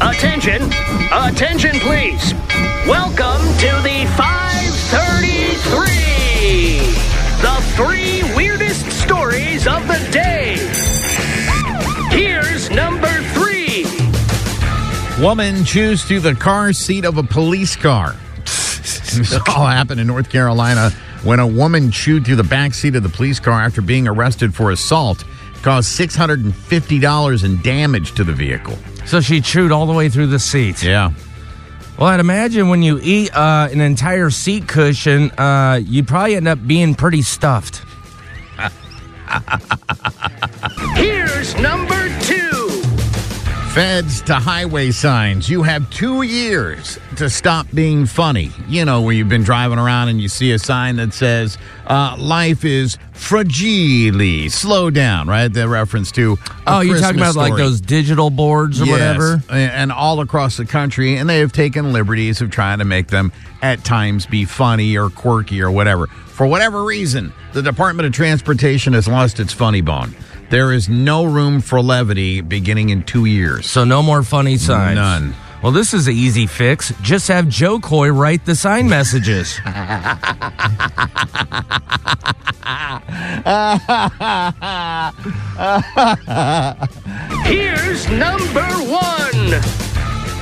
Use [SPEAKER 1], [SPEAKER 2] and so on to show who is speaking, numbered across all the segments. [SPEAKER 1] Attention, attention, please. Welcome to the 533. The three weirdest stories of the day. Here's number three.
[SPEAKER 2] Woman chews through the car seat of a police car. this all happened in North Carolina when a woman chewed through the back seat of the police car after being arrested for assault, caused six hundred and fifty dollars in damage to the vehicle.
[SPEAKER 3] So she chewed all the way through the seat.
[SPEAKER 2] Yeah,
[SPEAKER 3] Well, I'd imagine when you eat uh, an entire seat cushion, uh, you probably end up being pretty stuffed.
[SPEAKER 1] Here's number two.
[SPEAKER 2] feds to highway signs. You have two years to stop being funny. You know where you've been driving around and you see a sign that says uh, "Life is fragile." Slow down, right? The reference to a
[SPEAKER 3] Oh, you're talking
[SPEAKER 2] Christmas
[SPEAKER 3] about like
[SPEAKER 2] story.
[SPEAKER 3] those digital boards or
[SPEAKER 2] Yes,
[SPEAKER 3] whatever?
[SPEAKER 2] a- And all across the country, and they have taken liberties of trying to make them at times be funny or quirky or whatever. For whatever reason, the Department of Transportation has lost its funny bone. There is no room for levity beginning in two years.
[SPEAKER 3] So no more funny signs.
[SPEAKER 2] None.
[SPEAKER 3] Well, this is an easy fix. Just have Joe Coy write the sign messages.
[SPEAKER 1] Here's number one.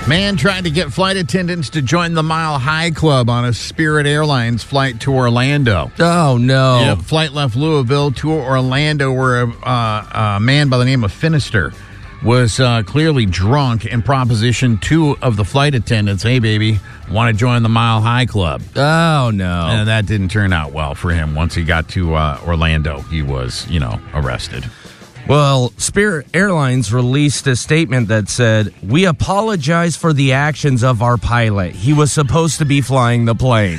[SPEAKER 2] Man tried to get flight attendants to join the Mile High Club on a Spirit Airlines flight to Orlando.
[SPEAKER 3] oh, no.
[SPEAKER 2] Yep. Flight left Louisville to Orlando, where a, uh, a man by the name of Finister was uh, clearly drunk and propositioned two of the flight attendants, hey, baby, want to join the Mile High Club.
[SPEAKER 3] Oh, no.
[SPEAKER 2] And that didn't turn out well for him. Once he got to uh, Orlando, he was, you know, arrested.
[SPEAKER 3] Well, Spirit Airlines released a statement that said, We apologize for the actions of our pilot. He was supposed to be flying the plane.